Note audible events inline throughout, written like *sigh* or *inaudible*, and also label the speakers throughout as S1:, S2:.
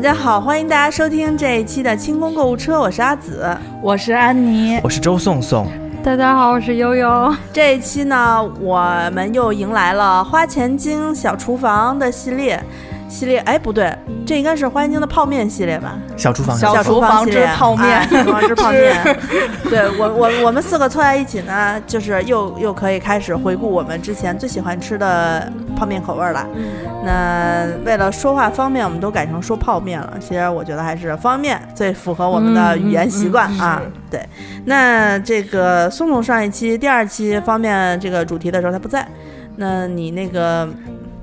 S1: 家好，欢迎大家收听这一期的清空购物车，我是阿紫。
S2: 我是安妮，
S3: 我是周颂颂，
S4: 大家好，我是悠悠。
S1: 这一期呢，我们又迎来了花钱精小厨房的系列，系列哎不对，这应该是花钱精的泡面系列吧？
S3: 小厨房，
S2: 小
S1: 小厨
S2: 厨房
S1: 系
S2: 之
S1: 列
S2: 泡面
S1: 哎小厨房之泡面。 *laughs* 对我我我们四个凑在一起呢，就是又又可以开始回顾我们之前最喜欢吃的泡面口味儿
S2: 嗯
S1: 了。那为了说话方便，我们都改成说泡面了。其实我觉得还是方便最符合我们
S2: 嗯
S1: 的语言习惯啊。对，那这个宋总上一期第二期方面这个主题的时候他不在，那你那
S2: *laughs*
S1: 个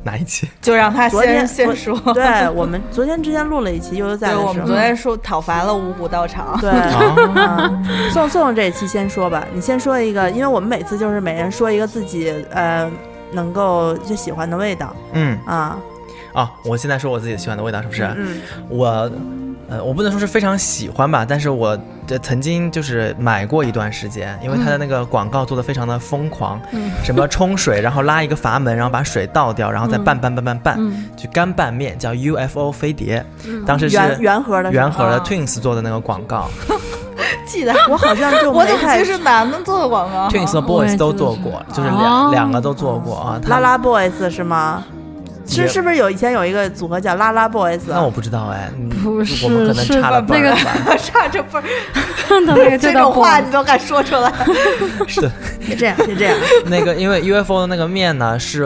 S3: 哪一期？
S2: 就让他
S1: 昨天
S2: 先先说。
S1: 对我们昨天之前录了一期悠悠在
S2: 对，
S1: 的时候，
S2: 我们昨天说讨伐了五虎道场， *laughs*
S1: 对，
S3: 啊
S1: *laughs* 嗯，宋宋这一期先说吧，你先说一个，因为我们每次就是每人说一个自己呃能够最喜欢的味道
S3: 嗯
S1: 啊，
S3: 啊，我现在说我自己喜欢的味道是不啊是？
S1: 嗯
S3: 我，呃，我不能说是非常喜欢吧，但是我这曾经就是买过一段时间，因为它的那个广告做的非常的疯狂，什么冲水，然后拉一个阀门，然后把水倒掉，然后再拌拌拌拌拌，就干拌面叫 UFO 飞碟，当时是
S1: 圆圆盒的是吧
S3: 圆盒的
S2: 啊
S3: Twins 做的那个广告
S2: 记得
S1: 我好像就
S2: *laughs* 我
S1: 没
S2: 怎么
S1: 太
S2: 记得是男的做的广告？
S3: ，Twins 和
S4: 我也
S3: Boys
S4: 记得
S3: 都
S4: 是
S3: 做过，就是
S4: 哦
S3: 两两个都做过啊，
S1: 拉
S3: 他
S1: 拉 boys 是吗？是
S3: 也
S1: 是不是有以前有一个组合叫拉拉 boys？啊
S3: 那我不知道哎，嗯
S4: 不
S3: 我们
S4: 是
S3: 可能
S4: 是
S3: 差了辈
S4: 那
S3: 儿
S4: 个
S3: 吧。
S2: *laughs* 差这份儿，
S4: 看到那个
S2: 这
S4: 道
S2: 种话
S4: 光
S2: 你都敢说出来？
S1: 是这样，是
S3: *laughs*
S1: 这样，
S3: 那个，因为 UFO 的那个面呢，是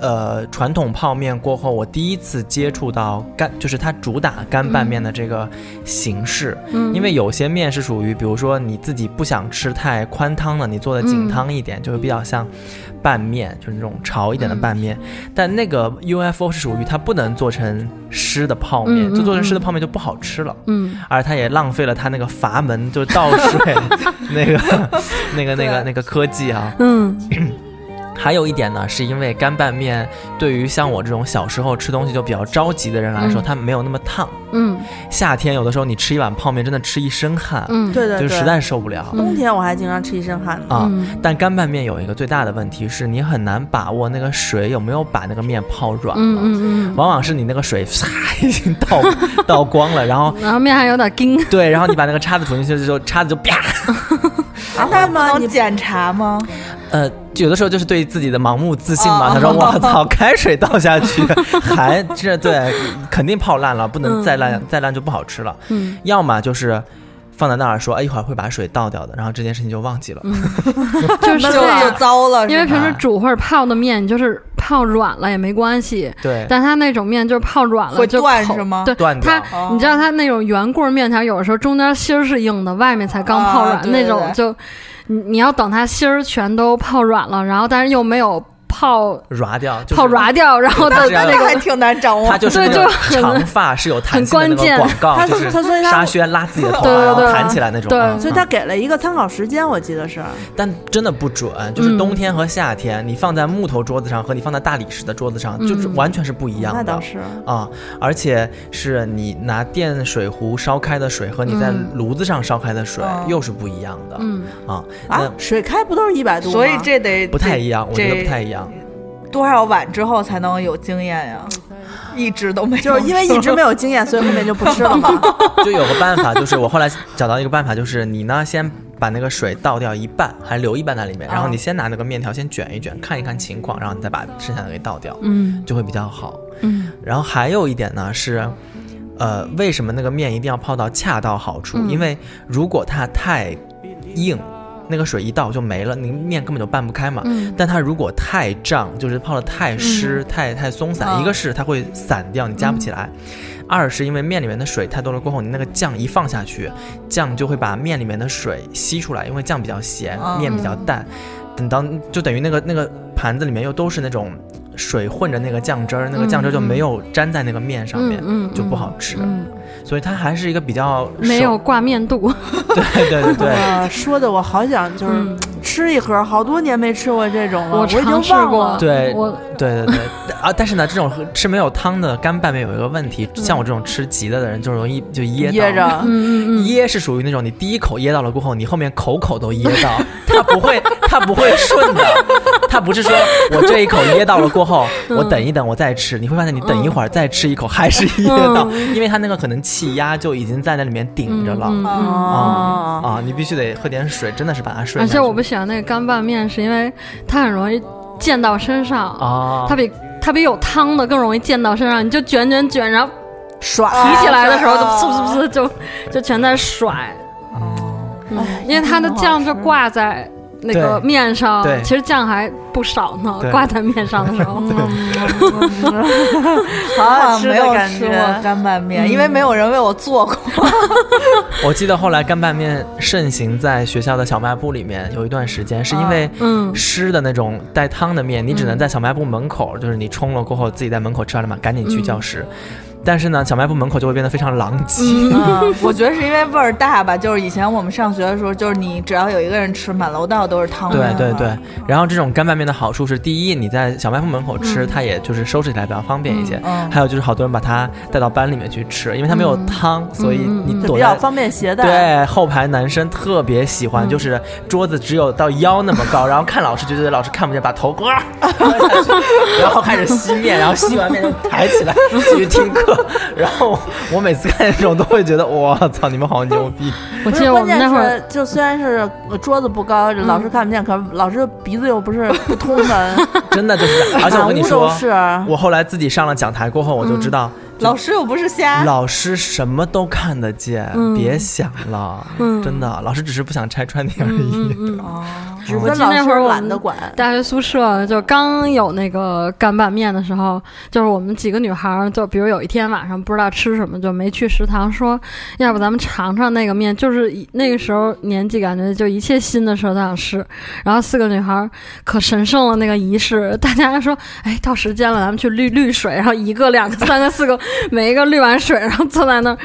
S3: 呃传统泡面过后，我第一次接触到干，就是它主打干拌面的这个形式。嗯，因为有些面是属于，比如说你自己不想吃太宽汤的，你做的
S4: 嗯
S3: 紧汤一点，就是比较像拌面，就是那种潮一点
S4: 嗯
S3: 的拌面。但那个 UFO 是属于它不能做成湿的泡面，
S4: 嗯嗯
S3: 就做成湿的泡面就不好吃了。
S4: 嗯，
S3: 而它也浪费了它那个阀门就倒水 *laughs* 那个那个那个那个科技啊。
S4: 嗯
S3: 还有一点呢，是因为干拌面对于像我这种小时候吃东西就比较着急的人来说，
S4: 嗯
S3: 它没有那么烫。
S4: 嗯
S3: 夏天有的时候你吃一碗泡面，真的吃一身汗，
S4: 嗯，
S1: 对对
S3: 就
S1: 对，
S3: 实在受不了、
S1: 冬天我还经常吃一身汗呢。
S3: 啊。
S4: 嗯
S3: 但干拌面有一个最大的问题是你很难把握那个水有没有把那个面泡软
S4: 嗯
S3: 了，
S4: 嗯嗯，
S3: 往往是你那个水唰已经倒 *laughs* 倒光了，然后
S4: 然后面还有点筋，
S3: 对，然后你把那个叉子捅进去之后，叉子就啪
S1: 啊 *laughs* 那么
S2: 能
S1: 你
S2: 检查吗？
S3: 呃，有的时候就是对自己的盲目自信嘛。
S2: 哦
S3: 他说：“我操， *laughs* 开水倒下去， *laughs* 还这对，肯定泡烂了，不能再烂，再烂就不好吃了。
S4: 嗯
S3: 要么就是放在那儿说，哎，一会儿会把水倒掉的，然后这件事情就忘记了。
S4: 就是
S2: 就
S4: 这
S1: 啊
S2: 就
S4: 样。
S2: 糟了，
S4: 因为
S2: 是吧
S4: 平时煮或者泡的面，你就是泡软了也没关系，
S3: 对，
S4: 但它那种面就是泡软了
S2: 会
S4: 就
S2: 断
S4: 口
S2: 是吗
S4: 对，
S3: 断掉
S4: 它。
S2: 哦
S4: 你知道它那种圆棍儿面条，有的时候中间芯儿是硬的，外面才刚泡软，
S2: 啊对对
S4: 那种
S2: 对
S4: 就你你要等它芯儿全都泡软了，然后但是又没有泡
S3: 软掉，就是、
S4: 泡软掉，然后
S3: 它
S4: 到
S3: 只要
S2: 那个还挺难掌握
S3: 它。就是
S4: 对
S3: 那个
S4: 就很
S3: 长发是有弹性的那
S4: 很关
S3: 个
S4: 键
S3: 广告，
S1: 它
S3: 啊就是
S1: 它所以它
S3: 沙宣拉自己的头发，
S4: 对对
S3: 然后
S4: 对
S3: 弹起来那种。
S4: 对
S3: 嗯
S1: 所以他给了一个参考时间，我记得是。
S3: 但真的不准，就是
S4: 嗯
S3: 冬天和夏天，你放在木头桌子上和你放在大理石的桌子上，就是
S4: 嗯
S3: 完全是不一样
S1: 那
S3: 的。
S1: 倒是，
S3: 啊、而且是你拿电水壶烧开的水和你在炉子上烧开的水
S2: 哦
S3: 又是不一样的。
S4: 嗯
S3: 啊，
S1: 啊
S3: 那，
S1: 水开不都是一百度吗？
S2: 所以这得
S3: 不太一样，我觉得不太
S2: 样。
S3: 一样。
S2: 多少碗之后才能有经验呀？一直都没有，
S1: 就是因为一直
S2: *laughs*
S1: 没有经验，所以后面就不吃了嘛。
S3: 就有个办法，就是我后来找到一个办法，就是你呢先把那个水倒掉一半，还留一半在里面，然后你先拿那个面条先卷一卷，看一看情况，然后你再把剩下的给倒掉，
S4: 嗯
S3: 就会比较好。
S4: 嗯
S3: 然后还有一点呢是，呃，为什么那个面一定要泡到恰到好处？因为如果它太硬，那个水一倒就没了，那个面根本就拌不开嘛。
S4: 嗯
S3: 但它如果太胀，就是泡的太湿、太太松散，
S4: 嗯
S2: 啊
S3: 一个是它会散掉，你夹不起来。二是因为面里面的水太多了，过后你那个酱一放下去，酱就会把面里面的水吸出来，因为酱比较咸，
S4: 嗯
S2: 啊
S3: 面比较淡。等到就等于那个那个盘子里面又都是那种水混着那个酱汁儿，那个酱汁儿就没有粘在那个面上面，
S4: 嗯嗯嗯嗯
S3: 就不好吃。
S4: 嗯，
S3: 所以它还是一个比较
S4: 没有
S3: 手
S4: 挂面度，
S3: *laughs* *laughs* 对对对对
S1: 呃，说的我好想就是
S4: 嗯
S1: 吃一盒，好多年没吃过这种了，
S4: 我
S1: 我已
S4: 尝
S1: 经
S4: 试
S1: 忘
S4: 过
S1: 了。
S3: 对，
S4: 我
S3: *laughs* 对对对啊！但是呢，这种喝吃没有汤的干拌面有一个问
S4: 嗯
S3: 题，像我这种吃急的的人，就容易就噎到
S1: 噎
S3: *laughs*
S1: 着，
S4: 嗯嗯嗯，
S3: 噎是属于那种你第一口噎到了过后，你后面口口都噎到，它不会，它不会顺的，它不是说我这一口噎到了过后，
S4: 嗯
S3: 我等一等我再吃，你会发现你等一会儿再吃一口还是噎到， *laughs* 因为它那个可能气压就已经在那里面顶着了。
S4: 嗯嗯
S1: 哦，
S3: 啊，你必须得喝点水，真的是把它睡
S4: 而
S3: 下去。
S4: 且我不喜欢那个干拌面，是因为它很容易溅到身上，
S3: 啊，
S4: 它比它比有汤的更容易溅到身上，你就卷卷卷，然后
S1: 爽
S4: 提起来的时候就
S1: 啊
S4: 嗖嗖嗖就就全在甩，
S2: 啊
S4: 嗯
S1: 哎
S4: 因为它的酱就挂在。那个
S3: 对
S4: 面上
S3: 对，
S4: 其实酱还不少呢
S3: 对。
S4: 挂在面上的时候，
S1: 嗯
S4: *laughs*
S1: 好
S2: 好
S1: 好 *laughs*
S2: 像
S1: 吃
S2: 没
S1: 的
S2: 有
S1: 感
S2: 吃过
S1: 觉。
S2: 干拌面，因为没有人为我做过。
S3: *laughs* 我记得后来干拌面盛行在学校的小卖部里面有一段时间，是因
S2: 啊
S3: 为
S4: 嗯
S3: 湿的那种带汤的面，你只能在小卖部门口，就是你冲了过后自己在门口吃完了嘛，赶紧去教室。但是呢，小卖部门口就会变得非常狼藉。
S2: 嗯， *laughs* 我觉得是因为味儿大吧，就是以前我们上学的时候，就是你只要有一个人吃，满楼道都是汤
S3: 对
S2: 面。
S3: 对对，然后这种干拌面的好处是，第一，你在小卖部门口吃，它也就是收拾起来比较方便一些；
S2: 嗯
S3: 还有就是好多人把它带到班里面去吃，因为它没有汤，所以
S2: 嗯
S3: 你
S1: 比
S3: 躲
S1: 较
S3: 在
S1: 方便携带，
S3: 对，后排男生特别喜欢，就是桌子只有到腰那么高，然后看老师就觉得老师看不见，把头呱，然后开始吸面，然后吸完面就抬起来继续听课。然后我每次看这种都会觉得，我操，你们好牛逼！
S4: 我
S1: 不
S4: 记
S1: 是
S4: 得我
S1: 关
S4: 们
S1: 键
S4: 那会儿嗯
S1: 是，就虽然是呃桌子不高，老师看不见，可是老师鼻子又不是不
S3: *laughs*
S1: 通的，
S3: 真的就是这样，而且我
S1: 满
S3: 跟你
S1: 屋都
S3: 说，
S1: 是。啊
S3: 我后来自己上了讲台过后，我就知道。
S2: 嗯老师又不是瞎，
S3: 老师什么都看得见，别想了，真的，老师只是不想拆穿你而已。
S2: 嗯
S1: 只
S4: 我
S1: 跟
S4: 记得
S1: 老
S4: 那会儿
S1: 师
S4: 我
S1: 懒得
S4: 们
S1: 管。
S4: 大学宿舍就刚有那个干拌面的时候，就是我们几个女孩儿，就比如有一天晚上不知道吃什么，就没去食堂，说要不咱们尝尝那个面，就是一那个时候年纪感觉就一切新的事儿都想试。然后四个女孩儿可神圣了那个仪式，大家说，哎，到时间了，咱们去滤滤水，然后一个、两个、三个、四个，每一个滤完水，然后坐在那儿。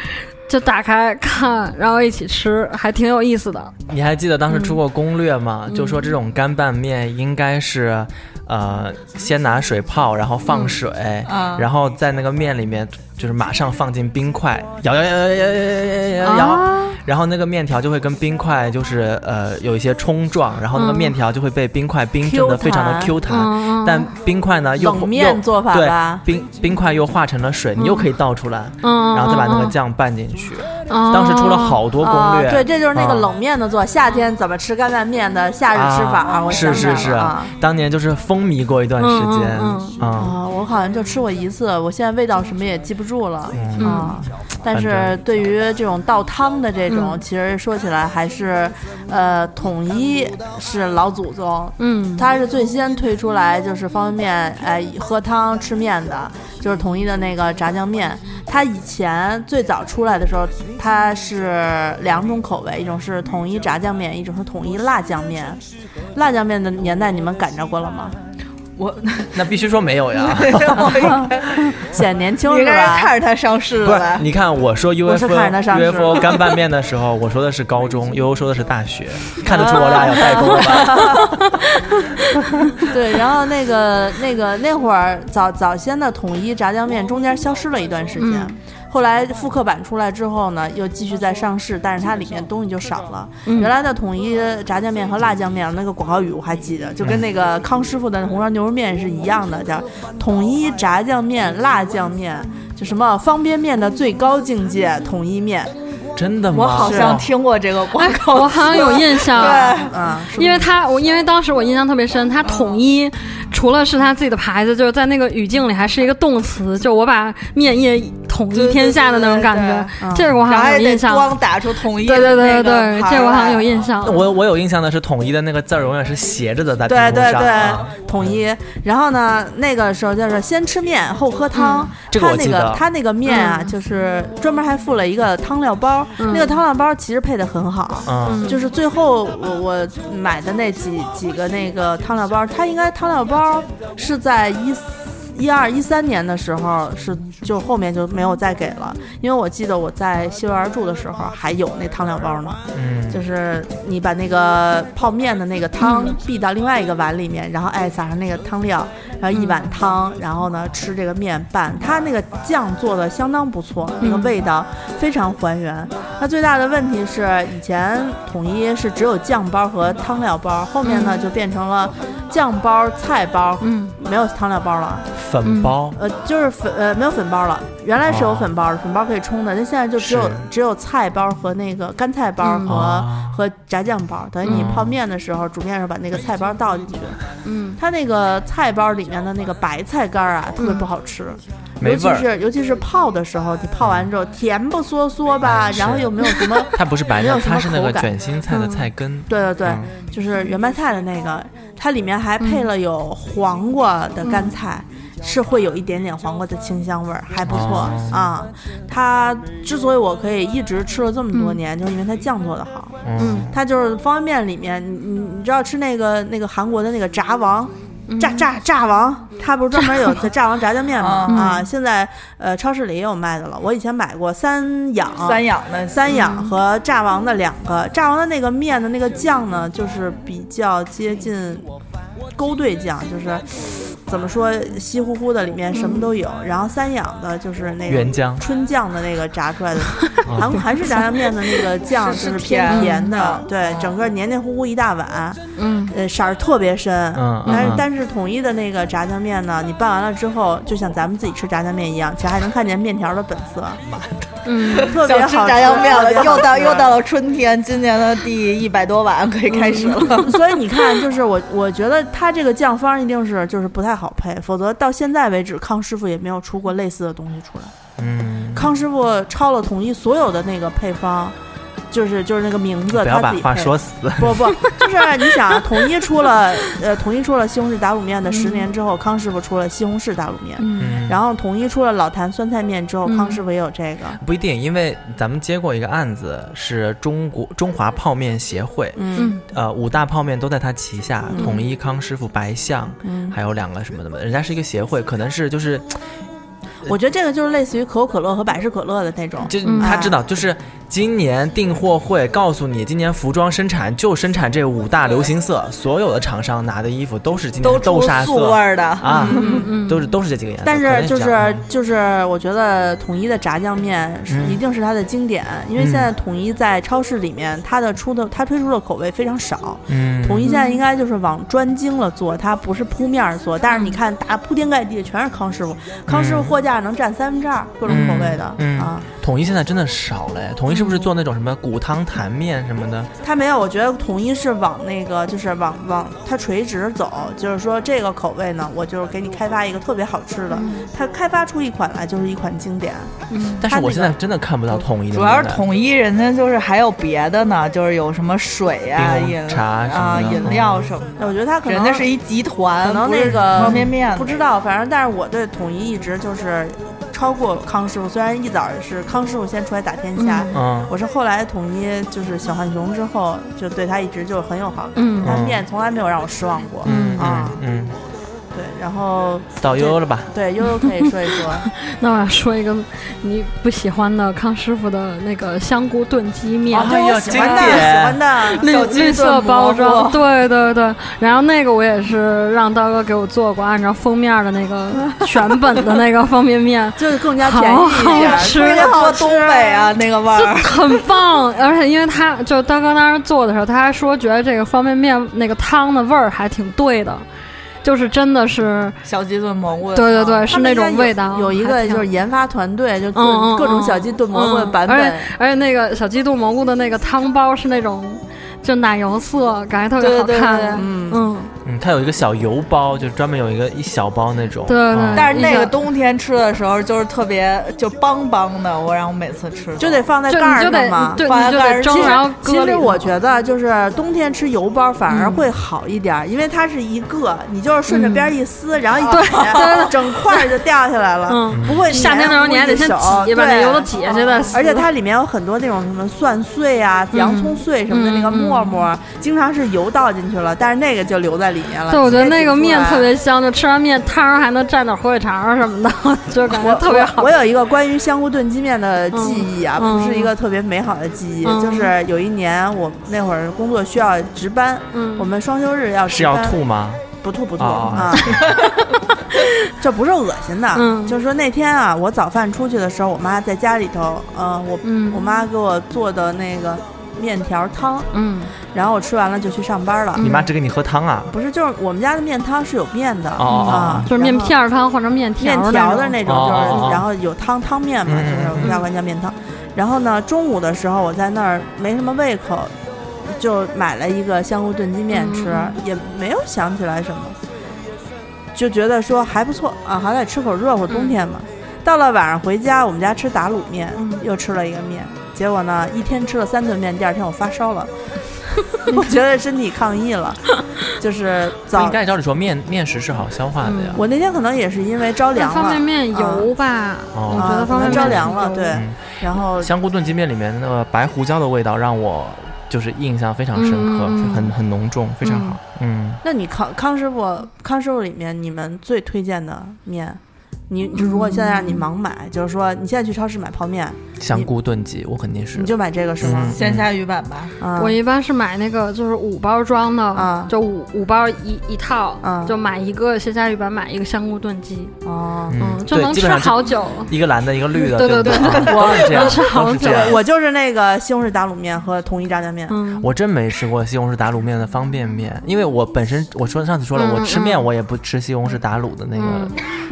S4: 就打开看，然后一起吃，还挺有意思的。
S3: 你还记得当时出过攻略吗？就说这种干拌面应该是，呃，先拿水泡，然后放水，
S2: 啊
S3: 然后在那个面里面就是马上放进冰块，摇摇摇摇摇摇摇摇摇摇，
S4: 啊，
S3: 然后那个面条就会跟冰块就是呃有一些冲撞，然后那个
S4: 嗯
S3: 面条就会被冰块冰镇的
S1: Q 弹
S3: 非常的 Q 弹。
S4: 嗯，
S3: 但冰块呢，又
S1: 冷面
S3: 又
S1: 做法
S3: 对
S1: 吧，
S3: 冰冰块又化成了水，你又可以倒出来，
S4: 嗯，
S3: 然后再把那
S4: 嗯
S3: 个
S4: 嗯
S3: 酱拌进去。
S4: 哦
S3: 当时出了好多攻略，
S1: 啊，对，这就是那个
S3: 啊
S1: 冷面的做，夏天怎么吃干拌面的夏日吃法，
S3: 啊
S1: 我想
S3: 是
S1: 起来
S3: 是
S1: 了
S3: 是
S1: 啊。，
S3: 当年就是风靡过一段时间
S4: 嗯嗯
S3: 啊。
S1: 啊，我好像就吃过一次，我现在味道什么也记不住了、
S3: 嗯
S1: 啊。但
S3: 反
S1: 是对于这种倒汤的这种，
S4: 嗯
S1: 其实说起来还是，呃，统一是老祖宗，
S4: 嗯，
S1: 它是最先推出来就是方便面，哎，喝汤吃面的，就是统一的那个炸酱面。它以前最早出来的时候，它是两种口味，一种是统一炸酱面，一种是统一辣酱面。辣酱面的年代你们赶着过了吗？
S2: *laughs* 我
S3: 那必须说没
S1: *laughs*
S3: 有呀。
S1: 显年轻
S2: 你
S1: 是
S2: 刚才
S1: 吧？
S2: 看着他上市
S3: 不
S2: 了
S3: 是
S2: 吧，？
S3: 你看我说 UFO
S1: 是看着他上市
S3: UFO 干拌面的时候，我说的是
S1: *laughs*
S3: 高中，悠悠说的是大学，看得出我俩有代沟了
S1: 啊
S3: *laughs* 吧？
S1: *laughs* 对，然后那个那个那会儿早早先的统一炸酱面中间消失了一段时间，
S4: 嗯
S1: 后来复刻版出来之后呢，又继续在上市，但是它里面东西就少了。原来的统一炸酱面和辣酱面那个广告语我还记得，就跟那个康师傅的红烧牛肉面是一样的，叫统一炸酱面、辣酱面，就什么方便面的最高境界统一面，
S3: 真的吗？
S2: 我好像
S3: 是啊
S2: 听过这个广告词，
S4: 我好像有印 *laughs* 象，
S1: 嗯，
S4: 因为他我因为当时我印象特别深，他统一除了是他自己的牌子，就是在那个语境里还是一个动词，就我把面业统一天下的那种感
S1: 对对对对
S4: 觉，这个我好
S2: 然后
S4: 像
S2: 还
S4: 有
S2: 得
S4: 印象
S2: 光。打出统一
S4: 对嗯对对对对，
S2: 那个牌儿来
S4: 这个我好像有印象。
S3: 我我有印象的是统一的那个字儿永远是斜着的在屏
S1: 对
S3: 幕
S1: 对
S3: 上啊。
S1: 对，统一。然后呢，那个时候就是先吃面后喝汤。
S3: 嗯这个
S1: 他
S3: 我
S1: 那
S3: 记
S1: 个
S3: 得嗯
S1: 他那个面啊，就是专门还附了一个汤料包，那个汤料包其实配的很好。
S3: 嗯，
S1: 就是最后我我买的那几几个那个汤料包，它应该汤料包是在一四一二一三年的时候是就后面就没有再给了，因为我记得我在幼儿园住的时候还有那汤料包呢，
S3: 嗯，
S1: 就是你把那个泡面的那个汤
S4: 嗯
S1: 避到另外一个碗里面，然后哎撒上那个汤料，
S4: 嗯
S1: 然后一碗汤，然后呢吃这个面拌，它那个酱做的相当不错，那个
S4: 嗯
S1: 味道非常还原。它最大的问题是以前统一是只有酱包和汤料包，后面呢
S4: 嗯
S1: 就变成了酱包、菜包，
S4: 嗯
S1: 没有汤料包了。
S3: 粉包，
S1: 呃，就是粉呃没有粉包了，原来
S4: 哦
S1: 是有粉包的，粉包可以冲的，但现在就只有
S3: 是
S1: 只有菜包和那个干菜包
S4: 嗯
S1: 和、
S3: 啊
S1: 和炸酱包，等于你
S3: 嗯
S1: 泡面的时候、煮面的时候把那个菜包倒进去，
S4: 嗯
S1: 它那个菜包里面的那个白菜干儿啊特别不好吃，
S3: 嗯没
S1: 尤
S3: 味
S1: 其
S3: 儿，嗯
S1: 是尤其是泡的时候，你泡完之后甜不嗦嗦吧，
S3: 哎是
S1: 然后又没有什
S3: *laughs*
S1: 么，
S3: 它不是白
S1: 没有
S3: 的，
S1: 什么
S3: 它是那个
S1: 口感，
S3: 卷心菜的菜根
S1: 对对对，
S3: 嗯
S1: 就是圆白菜的那个，它里面还配了有黄瓜的
S3: 嗯
S1: 干菜，是会有一点点黄瓜的清香味儿，还不错
S3: 哦
S1: 啊、它之所以我可以一直吃了这么多年，就是因为它酱做的好。
S3: 嗯，
S1: 它就是方便面里面，你你你知道吃那个那个韩国的那个炸王。炸炸炸王，它不是专门有嗯炸炸王炸酱面吗？
S4: 嗯
S1: *laughs* 啊，现在呃超市里也有卖的了。我以前买过三养，嗯
S2: 三养的
S1: 三养和炸王的两个，炸王的那个面的那个酱呢，就是比较接近勾兑酱，就是怎么说稀乎乎的，里面什么都有。然后三养的就是那
S3: 原
S1: 个
S3: 浆，啊
S1: 春嗯酱的那个炸出来的，韩韩式炸酱面的
S2: *laughs*
S1: 那个酱就是是偏
S2: 甜
S1: 甜的
S2: 的，嗯
S1: 对，整个黏黏糊糊一大碗，
S4: 嗯
S1: 呃，色儿特别深。
S3: 嗯，
S1: 但是
S3: 嗯
S1: 但是统一的那个炸酱面呢，你拌完了之后，就像咱们自己吃炸酱面一样，其实还能看见面条的本
S2: *laughs*
S1: 色，
S4: 嗯，
S1: 特别
S2: 想
S1: 好
S2: 吃
S1: 吃。
S2: 炸酱面 *laughs* 了
S1: 特别，好
S2: 又到
S1: 吃
S2: 又到了春天，今年的第一百多碗可以开始了。
S1: *laughs* 所以你看，就是我，我觉得他这个酱方一定是就是不太好配，否则到现在为止，康师傅也没有出过类似的东西出来。
S3: 嗯，
S1: 康师傅抄了统一所有的那个配方，就是就是那个名字，
S3: 不要
S1: 他
S3: 把
S1: 自己
S3: 话
S1: 配。
S3: 说死，
S1: *laughs* 不不，就是你想，统一出了呃，统一出了西红柿打卤面的十年之后，康师傅出了西红柿打卤面，
S4: 嗯
S3: 嗯，
S1: 然后统一出了老坛酸菜面之后，
S4: 嗯
S1: 康师傅也有这个，
S3: 不一定，因为咱们接过一个案子，是中国中华泡面协会，
S1: 嗯
S4: 嗯
S3: 呃，五大泡面都在它旗下，
S1: 嗯
S3: 统一、康师傅、白象，
S1: 嗯，
S3: 还有两个什么的嘛，人家是一个协会，可能是就是
S1: 我觉得这个就是类似于可口可乐和百事可乐的那种，
S3: 嗯就是
S4: 嗯
S3: 他知道，就是今年订货会告诉你，今年服装生产就生产这五大流行色，所有的厂商拿的衣服都是今
S2: 都
S3: 年
S2: 出
S3: 豆沙
S2: 素
S3: 色
S2: *laughs* 味儿的，
S3: 啊，
S4: 嗯嗯，
S3: 都是都是这几个颜色。
S1: 但
S3: 可
S1: 是
S3: 能
S1: 就
S3: 这
S1: 是
S3: 样啊
S1: 就是，我觉得统一的炸酱面是
S3: 嗯
S1: 一定是它的经典，因为现在统一在超市里面它的出的它推出的口味非常少，
S3: 嗯，
S1: 统一现在应该就是往专精了做，它不是铺面儿做。但是你看，大铺天盖地全是康师傅，康师傅
S3: 嗯
S1: 货架能占三分之二，各种口味的、
S3: 嗯嗯
S1: 啊。
S3: 统一现在真的少了哎，统一是不是做那种什么骨汤坛面什么的？
S1: 它没有，我觉得统一是往那个就是往往它垂直走，就是说这个口味呢，我就是给你开发一个特别好吃的，
S3: 嗯
S1: 它开发出一款来就是一款经典。
S3: 但
S1: 它
S3: 是
S1: 那
S3: 我
S1: 个
S3: 现在真的看不到统一的名
S2: 主
S3: 单，
S2: 要是统一人家就是还有别的呢，就是有什么水呀、
S3: 冰红
S2: 饮
S3: 茶
S2: 啊、
S3: 什么的
S2: 饮料什么的，
S1: 我觉得它可能
S2: 人家是一集团，
S1: 可能
S2: 不是
S1: 那个
S2: 方便面
S1: 不知道，反正但是我对统一一直就是超过康师傅，虽然一早是康师傅先出来打天下，
S3: 嗯，
S1: 我是后来统一就是小浣熊之后，就对他一直就很有好感，
S4: 嗯
S1: 他面从来没有让我失望过，
S3: 嗯嗯
S1: 啊
S3: 嗯，
S1: 对，然后
S3: 到悠悠了吧？
S1: 对悠悠可以说一
S4: *laughs*
S1: 说，
S4: 那我想说一个你不喜欢的康师傅的那个香菇炖鸡面，
S3: 哎呀，经
S1: 喜欢的喜欢啊
S3: 典，
S1: 的，
S4: 绿
S2: 小鸡
S4: 绿色
S2: 炖
S4: 包
S2: 蘑菇
S4: 装， *laughs*
S1: *laughs*
S4: 对对对。然后那个我也是让刀哥给我做过，按照封面的那个
S1: *laughs*
S4: 全本的那个方便面，
S1: 就是更加便宜一
S4: 好
S1: 点，
S4: 好吃
S1: 特
S2: 人
S1: 别
S2: 家
S1: 好
S2: 喝
S1: 吃
S2: 东北，啊那个味
S4: 就
S2: 儿，
S4: 很棒。而且因为他就刀哥当时做的时候，他还说觉得这个方便面那个汤的味儿还挺对的，就是真的是
S2: 小鸡炖蘑菇的
S4: 对对对，
S2: 汤
S4: 是那
S1: 哦他
S4: 种
S1: 们应该有
S4: 味道。
S1: 有一
S4: 啊还
S1: 个
S4: 挺
S1: 就是研发团队，就各
S4: 嗯嗯
S1: 各种
S4: 嗯
S1: 小鸡炖蘑菇的版
S4: 嗯
S1: 本，
S4: 而且那个小鸡炖蘑菇的那个汤包是那种就奶油色，感觉特别
S2: 对
S4: 好
S2: 对
S4: 看。
S2: 对对
S1: 嗯。
S4: 嗯，
S3: 嗯，它有一个小油包，就是专门有一个一小包那种，
S4: 对对
S3: 嗯
S2: 但是那
S4: 印
S2: 个
S4: 象
S2: 冬天吃的时候，就是特别就邦邦的，我让我每次吃
S1: 就得放在
S4: 就
S1: 盖儿
S4: 你就
S1: 上
S4: 得
S1: 嘛。
S4: 对，
S2: 放
S4: 你
S2: 在
S4: 就
S2: 盖
S4: 得
S2: 儿
S4: 蒸，
S2: 其实
S4: 然后
S1: 其
S4: 搁里
S1: 实
S4: 头。
S1: 我觉得就是冬天吃油包反而会好一点，因为它是一个，你就是顺着边儿一撕，然后一
S4: 嗯对
S1: 卷，整块儿就掉下来了，
S4: 嗯
S1: 不会
S4: 夏天的时候你还得先挤，把那油都挤下去再嗯撕。
S1: 哦而且它里面有很多那种什么蒜
S4: 嗯
S1: 碎啊、洋葱碎什么的那个沫沫，经常是油倒进去了，但是那个就留在里面了。
S4: 对，我觉得
S1: 你也
S4: 那个
S1: 煮不
S4: 面
S1: 出来
S4: 特别香，就吃完面汤儿还能蘸点火腿肠儿什么的， *laughs* 就感觉
S1: 我
S4: 特别好
S1: 我。。我有一个关于香菇炖鸡面的记忆啊，
S4: 嗯
S1: 不是一个特别美好的记忆，
S4: 嗯
S1: 就是有一年我那会儿工作需要值班，
S4: 嗯，
S1: 我们双休日要
S3: 是
S1: 值
S3: 要
S1: 班，
S3: 吐吗？
S1: 不吐不吐、
S3: 哦
S1: 啊， *laughs* 这不是恶心的，
S4: 嗯
S1: 就是说那天啊，我早饭出去的时候，我妈在家里头，呃，我、
S4: 嗯
S1: 我妈给我做的那个面条汤，
S4: 嗯
S1: 然后我吃完了就去上班了。
S3: 你妈只给你喝汤啊？
S1: 不是，就是我们家的面汤是有面的
S3: 哦哦哦
S1: 啊，
S4: 就是面
S1: 然后
S4: 片儿汤或者面条
S1: 面
S4: 儿
S1: 条
S4: 的
S1: 的
S4: 那
S1: 那
S4: 种
S1: 种，
S3: 哦
S1: 就
S3: 哦哦
S1: 是然后有汤汤面嘛，
S3: 嗯
S1: 就是我们家管叫面汤。然后呢，中午的时候我在那儿没什么胃口，就买了一个香菇炖鸡面吃
S4: 嗯，
S1: 也没有想起来什么，就觉得说还不错啊，好歹吃口热乎，冬天嘛。到了晚上回家，我们家吃打卤面
S4: 嗯，
S1: 又吃了一个面，结果呢，一天吃了三顿面，第二天我发
S4: *laughs*
S1: 烧了。我觉得身体抗议了，就是
S3: 应
S1: 早
S3: 该照理说面面食是好消化的呀。
S1: 我那天可能也是因为着
S4: 但
S1: 凉
S4: 方
S1: 了
S4: 便，面油吧，我
S3: 哦
S4: 觉
S1: 啊
S4: 得
S1: 可
S4: 方便
S1: 能
S4: 面
S1: 着凉了，
S4: 油
S1: 对
S3: 嗯，
S1: 然后
S3: 香菇炖鸡面里面那个白胡椒的味道让我就是印象非常深刻，
S4: 嗯嗯嗯
S3: 很很浓重，非常好。嗯，
S1: 那你康康师傅康师傅里面你们最推荐的面，你就如果现在让你盲买，
S3: 嗯
S1: 就是说你现在去超市买泡面，
S3: 香菇炖鸡我肯定是
S1: 你。就买这个是吗？
S2: 鲜虾鱼板
S3: 嗯
S2: 吧，
S1: 啊
S4: 我一般是买那个就是五包装的，
S1: 啊
S4: 就五五包一一套，
S1: 啊
S4: 就买一个鲜虾鱼板，买一个香菇炖鸡，
S1: 哦，
S4: 嗯，就
S3: 对，
S4: 能
S3: 基
S4: 吃
S3: 本上是
S4: 好久。
S3: 一个蓝的，一个绿的，
S4: 对
S3: 对
S4: 对
S3: 不
S4: 对
S3: 对，啊都是这样，
S4: 能吃好
S3: 都是这样
S1: 对，。我就是那个西红柿打卤面和统一炸酱面。
S4: 嗯，
S3: 我真没吃过西红柿打卤面的方便面，因为我本身我说上次说了，
S4: 嗯
S3: 我
S4: 嗯
S3: 吃面我也不吃西红柿打卤的那个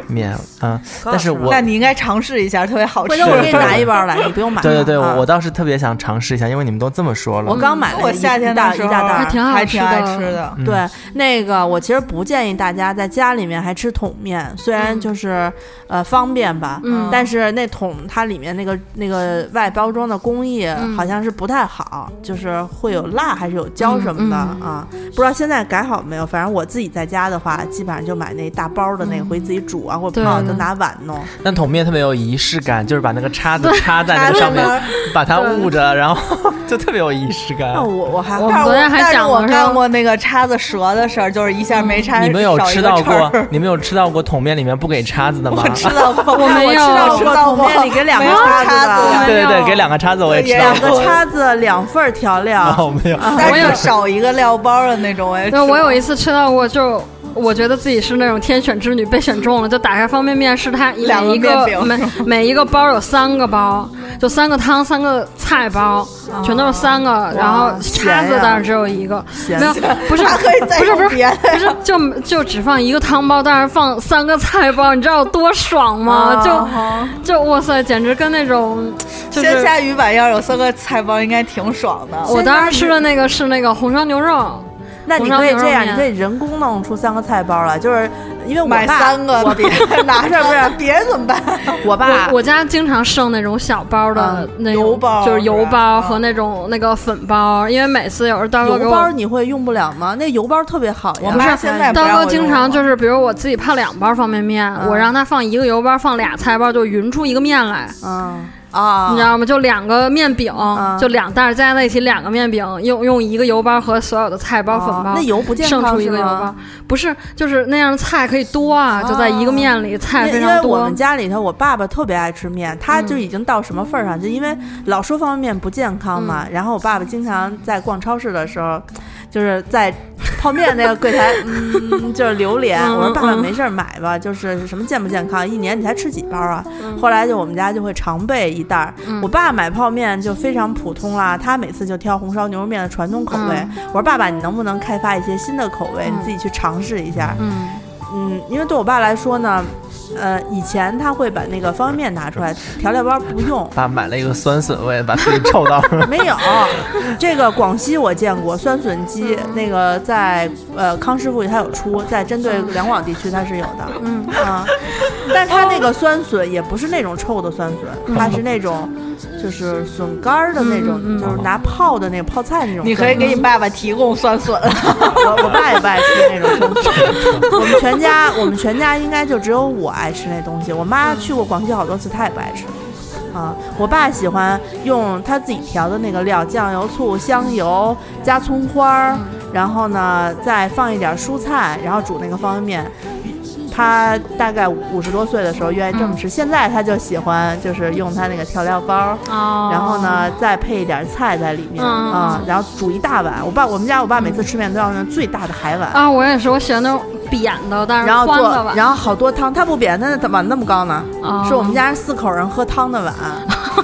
S3: 面，
S1: 可好
S3: 嗯，但
S1: 吃
S3: 是
S1: 了
S3: 我
S2: 那你应该尝试一下，特别好吃。
S1: 回头我给你拿一包来，你不用买了。
S3: 对对对，
S1: 啊
S3: 我倒是特别想尝试一下，因为你们都这么说
S1: 我
S3: 了，
S1: 刚买了
S2: 我
S1: 一
S2: 夏天
S1: 一大
S2: 的时
S1: 一
S2: 候啊
S1: 大袋
S4: 还
S1: 儿。
S4: 挺好
S2: 还
S4: 吃
S2: 挺爱
S4: 的
S2: 吃的。
S3: 嗯
S1: 对，那个我其实不建议大家在家里面还吃桶面，虽然
S4: 嗯
S1: 就是呃方便吧，
S4: 嗯
S1: 但是那桶它里面那个那个外包装的工艺
S4: 嗯
S1: 好像是不太好，就是会有蜡还是有胶什么的、
S4: 嗯嗯
S1: 啊，不知道现在改好没有。反正我自己在家的话，基本上就买那大包的那个
S4: 嗯
S1: 回自己煮啊，或者
S4: 对
S1: 泡就
S4: 对
S1: 拿碗弄。
S3: 但桶面特别有仪式感，就是把那个叉子插在那个上面，把它
S4: 对
S3: 捂着，然后 *laughs* 就特别有仪式感
S1: 那。我我还
S4: 我们
S2: 但是
S4: 昨天还
S2: 但是
S4: 讲
S2: 我
S4: 了
S2: 干
S4: 说
S2: 过那个叉子折的事儿，就是一下
S1: 嗯
S2: 没叉，
S3: 你们有
S2: 少一
S3: 吃
S2: 个
S3: 到
S2: 叉儿
S3: 过？你们有吃到过桶面里面不给叉子的吗？
S2: 吃到过，
S4: 我没有
S2: 我
S1: 吃
S2: 吃
S1: 到
S2: 到
S1: 过
S2: 过
S1: 面里给两个
S2: 没有
S1: 叉子
S2: 叉
S1: 的
S2: 子，
S3: 对对对，
S4: 有
S3: 给两个叉子我也吃到 *laughs*
S1: 两
S3: 过。
S1: 个叉子，两份儿调
S4: *laughs*
S1: 料。
S3: 哦，没有，，
S2: *laughs* 但
S4: 我有
S2: 是少一个料包的那种，我
S4: *laughs*
S2: 哎也吃
S4: 对，
S2: 过。
S4: 我有一次吃到过，就我觉得自己是那种天选之女，被选中了，就打开方便面是它
S2: 两
S4: 每
S2: 个
S4: 一个
S2: 面饼
S4: 每
S2: *laughs*
S4: 每一个包有三个包，就三个汤三个菜包，
S2: 啊
S4: 全都是三个，然后叉
S1: 咸
S4: 子
S1: 呀
S4: 当然只有一个，
S1: 咸
S4: 没有不
S2: *laughs*
S4: 是
S2: 他可以再
S4: 不是不
S2: 用
S4: 是
S2: 别的 *laughs*
S4: 不是就就只放一个汤包，但是放三个菜包，你知道有多爽吗？
S2: 啊
S4: 就就哇塞，简直跟那种就是
S2: 鲜虾鱼板要有三个菜包，应该挺爽的。
S4: 我当时吃的那个是那个红烧牛肉。
S1: 那你
S4: 红烧
S1: 可以
S4: 牛肉
S1: 这样，你
S4: 面
S1: 可以人工弄出三个菜包来，就是因为我
S2: 买
S1: 爸
S2: 三个，别 *laughs* 拿着不然别怎么办？
S1: 我爸
S4: 我我家经常剩那种小包的
S1: 嗯
S4: 那种
S2: 油包
S4: 就是油包
S2: 是吧
S4: 和那种那个粉包，因为每次有时候刀哥给
S1: 啊油
S4: 我
S1: 包。你会用不了吗？那油包特别好
S2: 我
S1: 呀，
S2: 妈现在不
S4: 刀
S2: 让
S4: 哥
S2: 我
S4: 经
S2: 用
S4: 常
S2: 了
S4: 就是，比如我自己泡两包方便面，
S1: 嗯
S4: 我让他放一个油包，放俩菜包，就匀出一个面来，
S1: 嗯啊，
S4: 你知道吗？就两个面饼，
S1: 嗯
S4: 就两袋加在一起，两个面饼用用一个油包和所有的菜包、粉包，
S1: 哦那油不健
S4: 剩
S1: 康
S4: 出一
S1: 是
S4: 个油
S1: 吗
S4: 包？，不是，就是那样的菜可以多啊，就在一个面里菜
S1: 哦因
S4: 非
S1: 因为
S4: 常
S1: 我
S4: 多
S1: 们。家里头，我爸爸特别爱吃面，他就
S4: 嗯
S1: 已经到什么份儿上，就因为老说方便面不健康嘛。
S4: 嗯
S1: 然后我爸爸经常在逛超市的时候，就是在泡面那个柜台，嗯，就是榴莲。
S4: 嗯
S1: 我说爸爸
S4: 嗯
S1: 没事儿买吧，就是什么健不健康，一年你才吃几包啊？后来就我们家就会常备一袋儿。
S4: 嗯
S1: 我爸买泡面就非常普通啦，他每次就挑红烧牛肉面的传统口味。
S4: 嗯
S1: 我说爸爸，你能不能开发一些新的口味，
S4: 嗯
S1: 你自己去尝试一下？
S4: 嗯
S1: 嗯，因为对我爸来说呢，呃，以前他会把那个方便面拿出来，调料包不用
S3: 爸买了一个酸笋味，把自己臭到。
S1: 没
S4: *laughs*
S1: 有。这个广西我见过酸笋鸡，
S4: 嗯
S1: 那个在呃康师傅它有出，在针对两广地区它是有的
S4: 嗯，
S1: 啊。但它那个酸笋也不是那种臭的酸笋，它是那种就是笋干儿的那种，
S4: 嗯嗯嗯嗯
S1: 就是拿泡的那种泡菜那种酸笋。
S2: *laughs* 你可以给你爸爸提供酸 *laughs* 笋了。
S1: 我我爸也不爱吃那种东西。我们全家我们全家应该就只有我爱吃那东西。我妈去过广西好多次，她也不爱吃。啊，我爸喜欢用他自己调的那个料，酱油、醋、香油，加葱花儿，然后呢再放一点蔬菜，然后煮那个方便面。他大概五十多岁的时候愿意这么吃，现在他就喜欢就是用他那个调料包，
S4: 哦，
S1: 然后呢，再配一点菜在里面
S4: 嗯
S1: 啊、然后煮一大碗。我爸我们家我爸每次吃面都要用最大的海碗，
S4: 啊，我也是，我喜欢那种扁的，但是
S1: 然后
S4: 宽
S1: 做
S4: 嗯的吧，，
S1: 然后好多汤，他不扁，他那碗那么高呢，
S4: 哦
S1: 是我们家四口人喝
S4: *laughs*
S1: 汤的碗。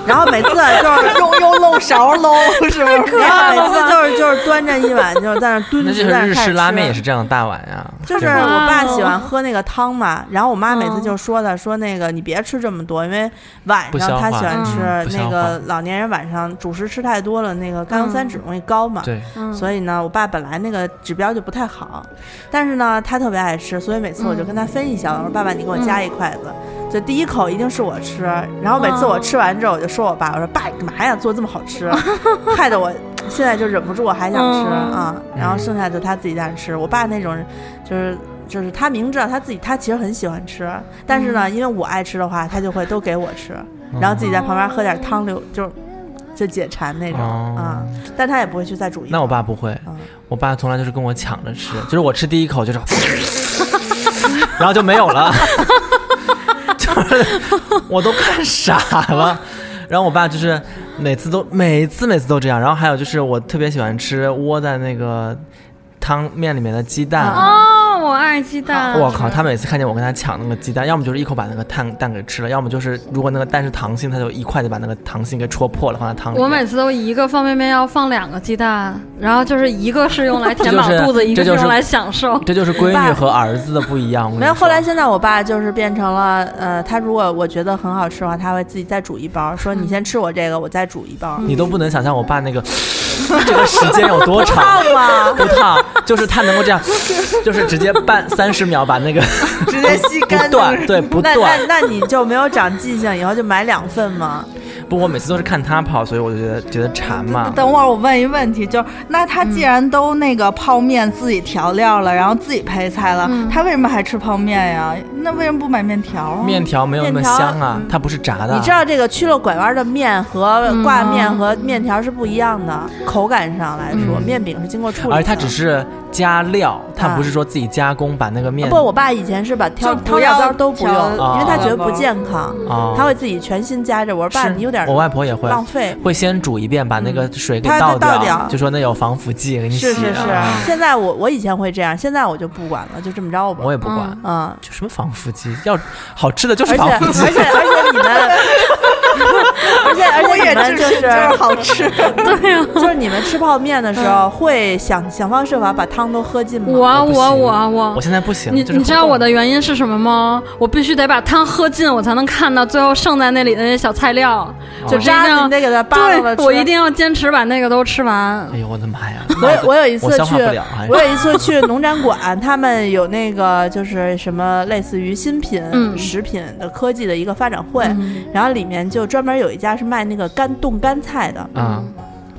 S1: 然后每次就是。
S2: 用用漏勺漏， *laughs* 是不是？
S1: 然后每次就是就是端着一碗，就是在那儿蹲
S3: *laughs* 那
S1: 着，在
S3: 就是
S1: 那儿
S3: 日
S1: 开始
S3: 式拉面
S1: 吃
S3: 也是这样大碗呀、
S1: *laughs* 就是啊
S3: 对吧
S1: 我爸喜欢喝那个汤嘛，然后我妈每次就说
S4: 嗯
S1: 他，说那个你别吃这么多，因为晚
S3: 不消
S1: 上
S3: 化
S1: 他喜欢吃
S3: 嗯不消
S1: 那
S3: 化
S1: 个老年人晚上主食吃太多了，那个甘油三酯容易高嘛。
S3: 对，
S4: 嗯
S1: 所以呢，我爸本来那个指标就不太好，但是呢，他特别爱吃，所以每次
S3: 嗯
S1: 我就跟他分一小碗，我说爸爸你给我夹一筷子，就第一口一定是我吃，然后每次我吃完之后我就说我爸，我说爸你干嘛呀，做这么好
S3: *laughs*
S1: 吃，害得我现在就忍不住我还想吃
S4: 嗯
S1: 啊、然后剩下就他自己在那吃，我爸那种人就是。就是他明知道他自己，他其实很喜欢吃，但是
S3: 嗯
S1: 呢，因为我爱吃的话，他就会都给我吃，然后自己在旁边喝点汤流，就是就解馋那种
S3: 哦
S1: 啊、但他也不会去再煮一
S3: 那我
S1: 碗
S3: 爸不会，
S1: 嗯
S3: 我爸从来就是跟我抢着吃，就是我吃第一口就是， *laughs* 然后就没有了， *laughs* 就是我都看傻了。然后我爸就是每次都每次每次都这样。然后还有就是我特别喜欢吃窝在那个汤面里面的鸡蛋。
S1: 啊
S4: 哦，我爱鸡蛋，
S3: 我靠！他每次看见我跟他抢那个鸡蛋，要么就是一口把那个蛋蛋给吃了，要么就是如果那个蛋是溏心，他就一筷子把那个溏心给戳破了，放在汤里面。
S4: 我每次都一个方便面要放两个鸡蛋，然后就是一个是用来填饱肚子，一个
S3: 这就是这就是
S4: 用来享受。
S3: 这就是闺女和儿子的不一样。我跟你
S1: 没有，
S3: 说
S1: 后来现在我爸就是变成了，呃，他如果我觉得很好吃的话，他会自己再煮一包，说你先吃我这个，我再煮一包，
S3: 你都不能想象我爸那个 *laughs* 这个时间有多长
S1: *laughs* 烫。吗？
S3: 不烫，就是他能够这样，就是直接半三十秒把那个 *laughs*
S2: 直接吸
S3: 不
S2: 干的。
S3: 断，对不
S1: 那
S3: 断
S1: 那。那你就没有长记性，以后就买两份吗？
S3: 不，我每次都是看他跑，所以我就觉得觉得馋嘛。
S2: 等会儿我问一问题，就是那他既然都那个泡面自己调料了，然后自己配菜了，他为什么还吃泡面呀？那为什么不买面条啊？
S3: 面条没有那么
S1: 面条嗯
S3: 香啊，它不是炸的啊。
S1: 你知道这个曲了拐弯的面和挂面和面条是不一样的，口感上来说，面饼是经过处理的，
S3: 而它只是加料，它不是说自己加工把那个面
S1: 啊不，我爸以前是把挑
S2: 就不
S1: 汤料
S2: 要
S1: 包都不用，
S2: 调
S3: 哦
S1: 因为他觉得不健康，
S3: 啊，
S1: 他会自己全心加热。我说爸，
S3: 是
S1: 你有点
S3: 我外婆也会
S1: 浪费。
S3: 会先煮一遍，把那个水给
S1: 它它
S3: 倒
S1: 倒掉
S3: 就说那有防腐剂给你洗
S1: 是是是
S3: 啊，
S1: 现在我我以前会这样，现在我就不管了，就这么着吧。
S3: 我也不管。
S1: 嗯，
S3: 就什么防腐剂，要好吃的就
S1: 而
S3: 是
S1: 且
S3: 防
S1: 而
S3: 腐剂。
S1: 且而且你们，而且而
S2: 我
S1: 且
S2: 也
S1: 你们
S2: 就是就是
S1: 是 *laughs*
S2: 好吃，
S1: 就是你们吃泡面的时候会想想方设法把汤都喝尽吗？
S4: 我
S3: 不
S4: 啊我
S3: 行
S4: 我我
S3: 我，现在不行，
S4: 你
S3: 就是
S4: 你知道
S3: 活动
S4: 我的原因是什么吗？我必须得把汤喝尽，我才能看到最后剩在那里的那些小菜料。就这
S1: 渣子
S4: 样
S1: 你，得给它扒拉了
S4: 对
S1: 吃。
S4: 我一定要坚持把那个都吃完。
S3: 哎呦我的妈呀！
S1: 我有我有一
S3: 我
S1: 次
S3: 消
S1: 去
S3: 化不了，还，
S1: 我有一次去农展馆，他们有那个就是什么类似于新品、
S4: 嗯
S1: 食品的科技的一个发展会，
S4: 嗯
S1: 然后里面就专门有一家是卖那个干冻干菜的，
S3: 嗯，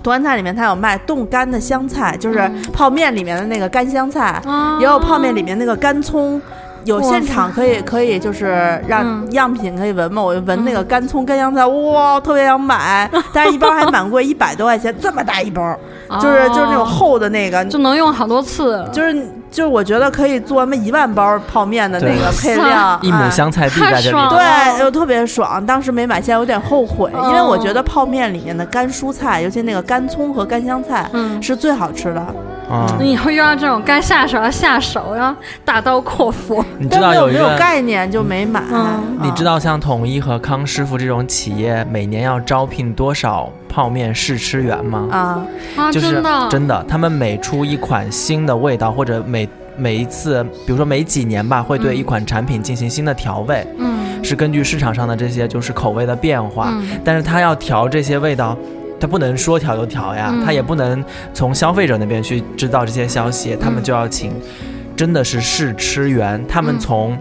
S1: 冻干菜里面它有卖冻干的香菜，就是
S4: 嗯
S1: 泡面里面的那个干香菜，
S4: 啊
S1: 也有泡面里面那个干葱。有
S4: 哇
S1: 现场可以可以就是让
S4: 嗯
S1: 样品可以闻嘛，我就闻那个干葱干香菜，哇，特别想买，但是一包还
S4: *laughs*
S1: 蛮贵，一百多块钱，这么大一包，就是就是那种
S4: 哦
S1: 厚的那个，
S4: 就能用好多次，
S1: 就是就是我觉得可以做那么一万包泡面的那个配料，
S3: 一亩
S1: 哎。
S3: 香菜地在
S4: 太
S3: 这
S4: 爽
S3: 里，
S4: 了
S1: 对，又特别爽。当时没买，现在有点后悔，
S4: 哦
S1: 因为我觉得泡面里面的干蔬菜，尤其那个干葱和干香菜，
S4: 嗯
S1: 是最好吃的。
S3: 啊，
S4: 你以后遇到这种该下手要下手，然后大刀阔斧。
S3: 你知
S1: 但
S3: 道
S1: 没有
S3: 有一
S1: 没有
S3: 个。
S1: 概啊念就没买。
S4: 嗯
S3: 你知道像统一和康师傅这种企业每年要招聘多少泡面试吃员吗？
S1: 啊？
S4: 啊，
S3: 就是
S4: 真的，
S3: 真的，他们每出一款新的味道，或者每每一次，比如说每几年吧，会对一款产品进行新的调味，
S4: 嗯
S3: 是根据市场上的这些就是口味的变化。
S4: 嗯
S3: 但是他要调这些味道，他不能说调就调呀，
S4: 嗯
S3: 他也不能从消费者那边去知道这些消息，他们就要请真的是试吃员，他们
S4: 嗯
S3: 从。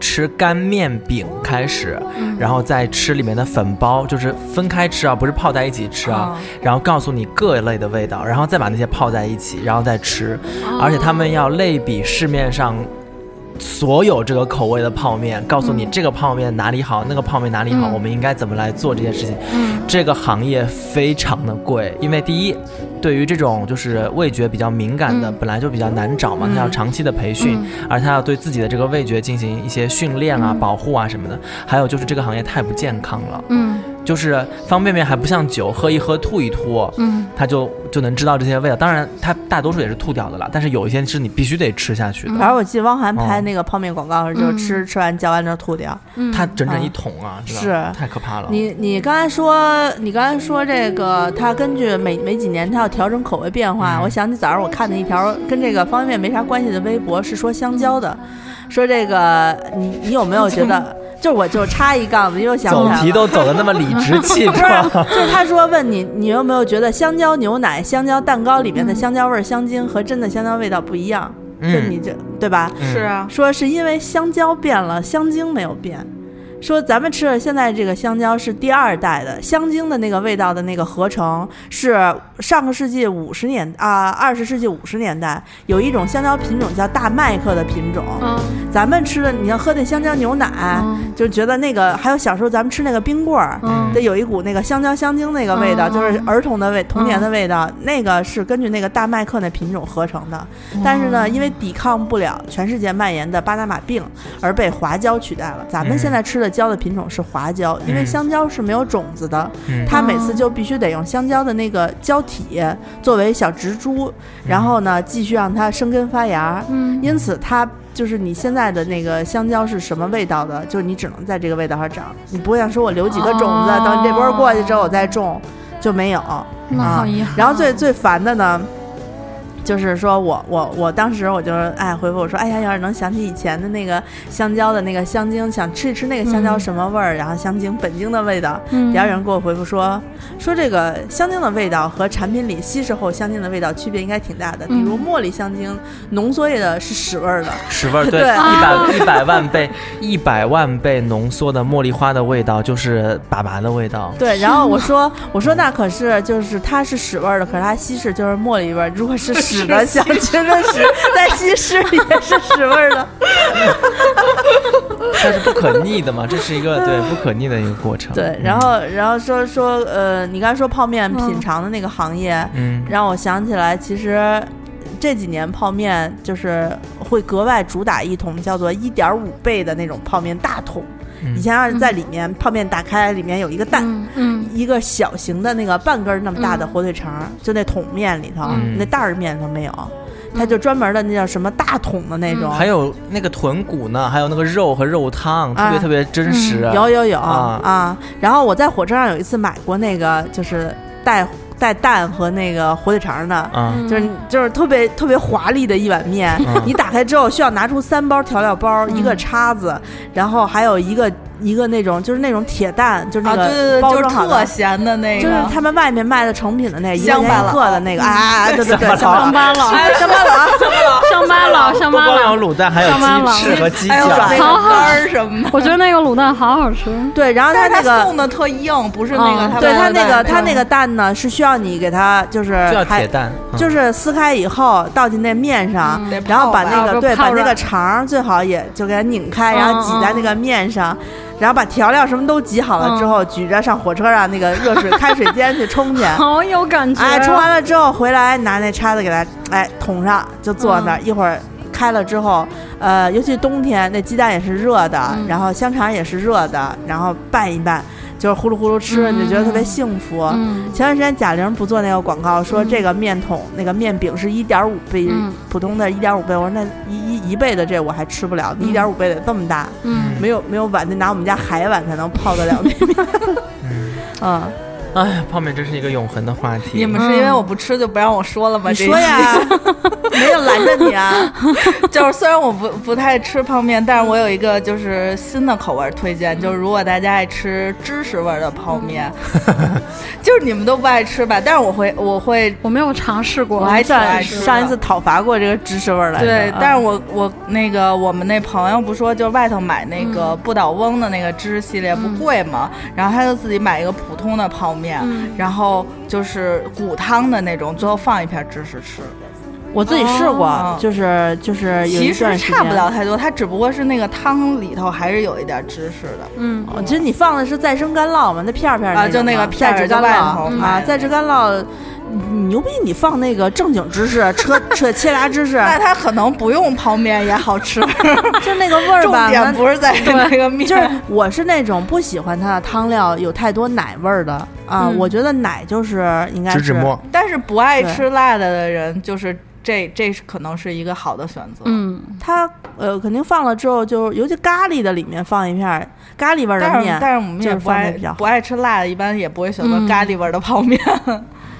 S3: 吃干面饼开始，
S4: 嗯
S3: 然后再吃里面的粉包，就是分开吃啊，不是泡在一起吃啊。
S2: 哦
S3: 然后告诉你各类的味道，然后再把那些泡在一起，然后再吃。
S4: 哦
S3: 而且他们要类比市面上所有这个口味的泡面，告诉你这个泡面哪里好，那个泡面哪里好，
S4: 嗯
S3: 我们应该怎么来做这件事情。
S4: 嗯
S3: 这个行业非常的贵，因为第一，对于这种就是味觉比较敏感的，
S4: 嗯
S3: 本来就比较难找嘛，
S4: 嗯
S3: 它要长期的培训，而它要对自己的这个味觉进行一些训练啊、
S4: 嗯
S3: 保护啊什么的。还有就是这个行业太不健康了，
S4: 嗯
S3: 就是方便面还不像酒，喝一喝吐一吐。
S4: 嗯
S3: 它就就能知道这些味道，当然它大多数也是吐掉的啦，但是有一些是你必须得吃下去的。
S4: 嗯
S1: 反正我记得汪涵
S3: 哦
S1: 拍那个泡面广告的时候，就
S4: 嗯
S1: 吃吃完嚼完就吐掉。
S4: 嗯，
S3: 它整整一桶啊，真的
S1: 是
S3: 太可怕了。
S1: 你你刚才说，你刚才说这个，它根据每每几年它要调整口味变化。
S3: 嗯
S1: 我想起早上我看的一条跟这个方便面没啥关系的微博，是说香蕉的，说这个你你有没有觉得？就我就插一杠子，又想起
S3: 走
S1: 来
S3: 题
S1: 了。
S3: 都走的那么理直气
S1: *laughs*
S3: 壮，
S1: 就是啊他说问你，你有没有觉得香蕉牛奶、香蕉蛋糕里面的香蕉味儿、香精和真的香蕉味道不一样？就你这对吧？
S3: 嗯
S2: 是啊，
S1: 说是因为香蕉变了，香精没有变。说咱们吃的现在这个香蕉是第二代的，香精的那个味道的那个合成是上个世纪五十年啊，二、十世纪五十年代有一种香蕉品种叫大麦克的品种。
S4: 嗯
S1: 咱们吃的，你要喝那香蕉牛奶，
S4: 嗯
S1: 就觉得那个，还有小时候咱们吃那个冰棍儿，
S4: 嗯
S1: 得有一股那个香蕉香精那个味道，
S4: 嗯
S1: 就是儿童的味、童年的味道，那个是根据那个大麦克那品种合成的。但是呢，因为抵抗不了全世界蔓延的巴拿马病，而被花椒取代了。咱们
S3: 嗯
S1: 现在吃的椒的品种是花椒，因为
S3: 嗯
S1: 香蕉是没有种子的，
S3: 嗯
S1: 它每次就必须得用香蕉的那个胶体作为小植株，然后呢继续让它生根发芽。
S4: 嗯
S1: 因此，它就是你现在的那个香蕉是什么味道的，就是你只能在这个味道上长，你不会想说我留几个种子，
S4: 哦
S1: 等你这波过去之后我再种，就没有。
S4: 那好遗憾。
S1: 啊
S4: 啊
S1: 然后最最烦的呢，就是说我我我当时我就是哎回复我说哎呀，要是能想起以前的那个香蕉的那个香精，想吃一吃那个香蕉
S4: 嗯
S1: 什么味儿，然后香精本精的味道。
S4: 嗯
S1: 然后有人给我回复说，说这个香精的味道和产品里稀释后香精的味道区别应该挺大的。比如
S4: 嗯
S1: 茉莉香精浓缩液的是屎味儿的，
S3: 屎味儿，对，
S1: 对
S3: 一
S1: *laughs*
S3: 百一百万倍，一百万倍浓缩的茉莉花的味道就是粑粑的味道。
S1: 对。然后我说我说那可是就是它是屎味儿的，可是它稀释就是茉莉味儿。如果是屎的香精的
S4: *laughs*
S1: 屎，在稀释也是屎味儿的。
S3: 它是不可逆的嘛，这是一
S1: *laughs*
S3: 个对不可逆的一个过程。
S1: 对，然后然后说说呃，你刚才说泡面品
S4: 嗯
S1: 尝的那个行业，
S3: 嗯，
S1: 让我想起来，其实这几年泡面就是会格外主打一桶叫做一点五倍的那种泡面大桶。
S3: 嗯
S1: 以前要是在里面、泡面打开，里面有一个蛋。
S4: 嗯嗯
S1: 一个小型的那个半根儿那么大的
S4: 嗯
S1: 火腿肠儿，就那桶面里头，
S3: 嗯
S1: 那袋儿面里头没有，
S4: 嗯
S1: 它嗯就专门的那叫什么大桶的那种，
S3: 还有那个豚骨呢，还有那个肉和肉汤，特
S1: 啊
S3: 别特别真实。
S1: 有有有
S3: 啊
S1: 然后我在火车上有一次买过那个，就是带带蛋和那个火腿肠的，
S3: 啊，
S4: 嗯
S2: 嗯
S1: 就是就是特别特别华丽的一碗面。
S3: 嗯
S1: 你打开之后需要拿出三包调料包，一
S2: 嗯
S1: 个叉子，然后还有一个一个那种就是那种铁蛋，
S3: 嗯
S1: 就是那
S2: 啊，对对
S1: 个
S2: 对，
S1: 包
S2: 就是
S1: 装好的。
S2: 特咸的那
S1: 就是
S2: 个，
S1: 他们外面卖的成品的那个一块
S2: 乡巴
S1: 钱一
S2: 佬
S1: 克的那个啊，对对对，
S3: 乡巴
S4: 上
S1: 乡
S3: 佬
S4: 班
S1: 巴
S4: 了，
S1: 哎，乡巴佬，
S4: 上班了，上
S3: 不
S4: 班
S3: 光有
S4: 了。
S3: 卤蛋，还有
S4: 上班了
S3: 鸡翅和鸡
S2: 还有
S3: 脚
S1: 哎。
S2: 那个干 *laughs* 儿什么的。
S4: 我觉得那个卤蛋好好吃，
S1: 对，然后
S2: 但是
S1: 那
S2: 他
S1: 个
S2: 送的特硬，不是那个
S4: 嗯
S2: 他
S1: 对他
S2: 卖的
S1: 那个他那
S2: 个
S1: 个蛋呢，是需要你给它就是
S3: 就叫
S1: 还
S3: 铁蛋，嗯
S1: 就是撕开以后倒进那面上，
S4: 嗯
S2: 得
S1: 然后
S2: 泡
S1: 把
S2: 吧
S1: 那个
S4: 就
S1: 对，
S4: 泡
S1: 把那个
S4: 软
S1: 肠儿最好也就给它拧
S4: 嗯
S1: 开，
S4: 嗯
S1: 然后挤在那个面上，然后把调料什么都挤好了之后，举着上火车上那个热水开水间去冲
S4: *laughs*
S1: 去。
S4: 好有感觉。
S1: 哎，冲完了之后回来拿那叉子给它哎捅上，就坐
S4: 嗯
S1: 那儿、一会儿。开了之后，呃，尤其冬天那鸡蛋也是热的，
S4: 嗯
S1: 然后香肠也是热的，然后拌一拌，就是呼噜呼噜吃，你就觉得特别
S4: 嗯
S1: 幸福。
S4: 嗯
S1: 前段时间贾玲不做那个广告，
S2: 嗯
S1: 说这个面桶、那个面饼是一点五倍、
S4: 嗯
S1: 普通的一点五倍。我说那一一一倍的这我还吃不了，一点五倍得这么大，
S4: 嗯
S1: 没有没有碗，得拿我们家海碗才能泡得了那面。嗯，
S3: 哎，泡面真是一个永恒的话题。
S2: 你们是因为我不吃就不 *laughs* 让我说了吗？
S1: 你
S2: 这一
S1: 说呀，没有拦着你啊。
S2: *laughs* 就是虽然我不不太吃泡面，但是我有一个就是新的口味儿推荐，就是如果大家爱吃芝士味儿的泡
S1: *laughs*
S2: 面，就是你们都不爱吃吧，但是我会
S1: *laughs*
S2: 我会
S4: 我没有尝试过，
S2: 我 *laughs* 还挺
S1: 上
S2: 爱吃的
S1: 上一次讨伐过这个芝士味儿来着。
S2: 对
S1: 嗯，
S2: 但是我我那个我们那朋友不说，就外头买那个
S1: 嗯
S2: 不倒翁的那个芝士系列不贵嘛，然后他就自己买一个普通的泡面，
S4: 嗯
S2: 然后就是骨汤的那种，最后放一片芝士吃。
S1: 我自己试过，
S2: 哦
S1: 就是就是有
S2: 其
S1: 一
S2: 实
S1: 段时
S2: 差不
S1: 间。
S2: 了太多，它只不过是那个汤里头还是有一点芝士的。
S4: 嗯，
S1: 我觉得哦你放的是再生干酪嘛，那片儿片儿
S2: 啊
S1: 种
S2: 就那
S1: 嘛
S2: 个片儿
S1: 再制
S2: 就
S1: 干
S2: 外
S1: 酪
S2: 头哎
S1: 嗯
S2: 买
S1: 啊，
S2: 的
S1: 再制干酪，嗯牛逼！你放那个正经芝士，啊 *laughs* 车车切俩芝士，啊
S2: 那它可能不用泡面也好
S1: *laughs*
S2: 吃，
S1: 就那个味儿
S2: 重
S1: 吧。
S2: 点
S1: 那
S2: 不是在于那个面，
S1: 就是我是那种不喜欢它的汤料有太多奶味儿的啊，
S4: 嗯
S1: 我觉得奶就是应该
S3: 植脂
S1: 是
S3: 末，
S2: 但是不爱吃辣的的人，就是这这是可能是一个好的选择。
S4: 嗯，
S1: 它呃肯定放了之后就，尤其咖喱的里面放一片儿咖喱味儿的
S2: 但是
S1: 面，
S2: 但是我们
S1: 这
S2: 也
S1: 样
S2: 不
S1: 放得
S2: 爱
S1: 比较好
S2: 不爱吃辣的，一般也不会选择
S4: 嗯
S2: 咖喱味儿的泡面。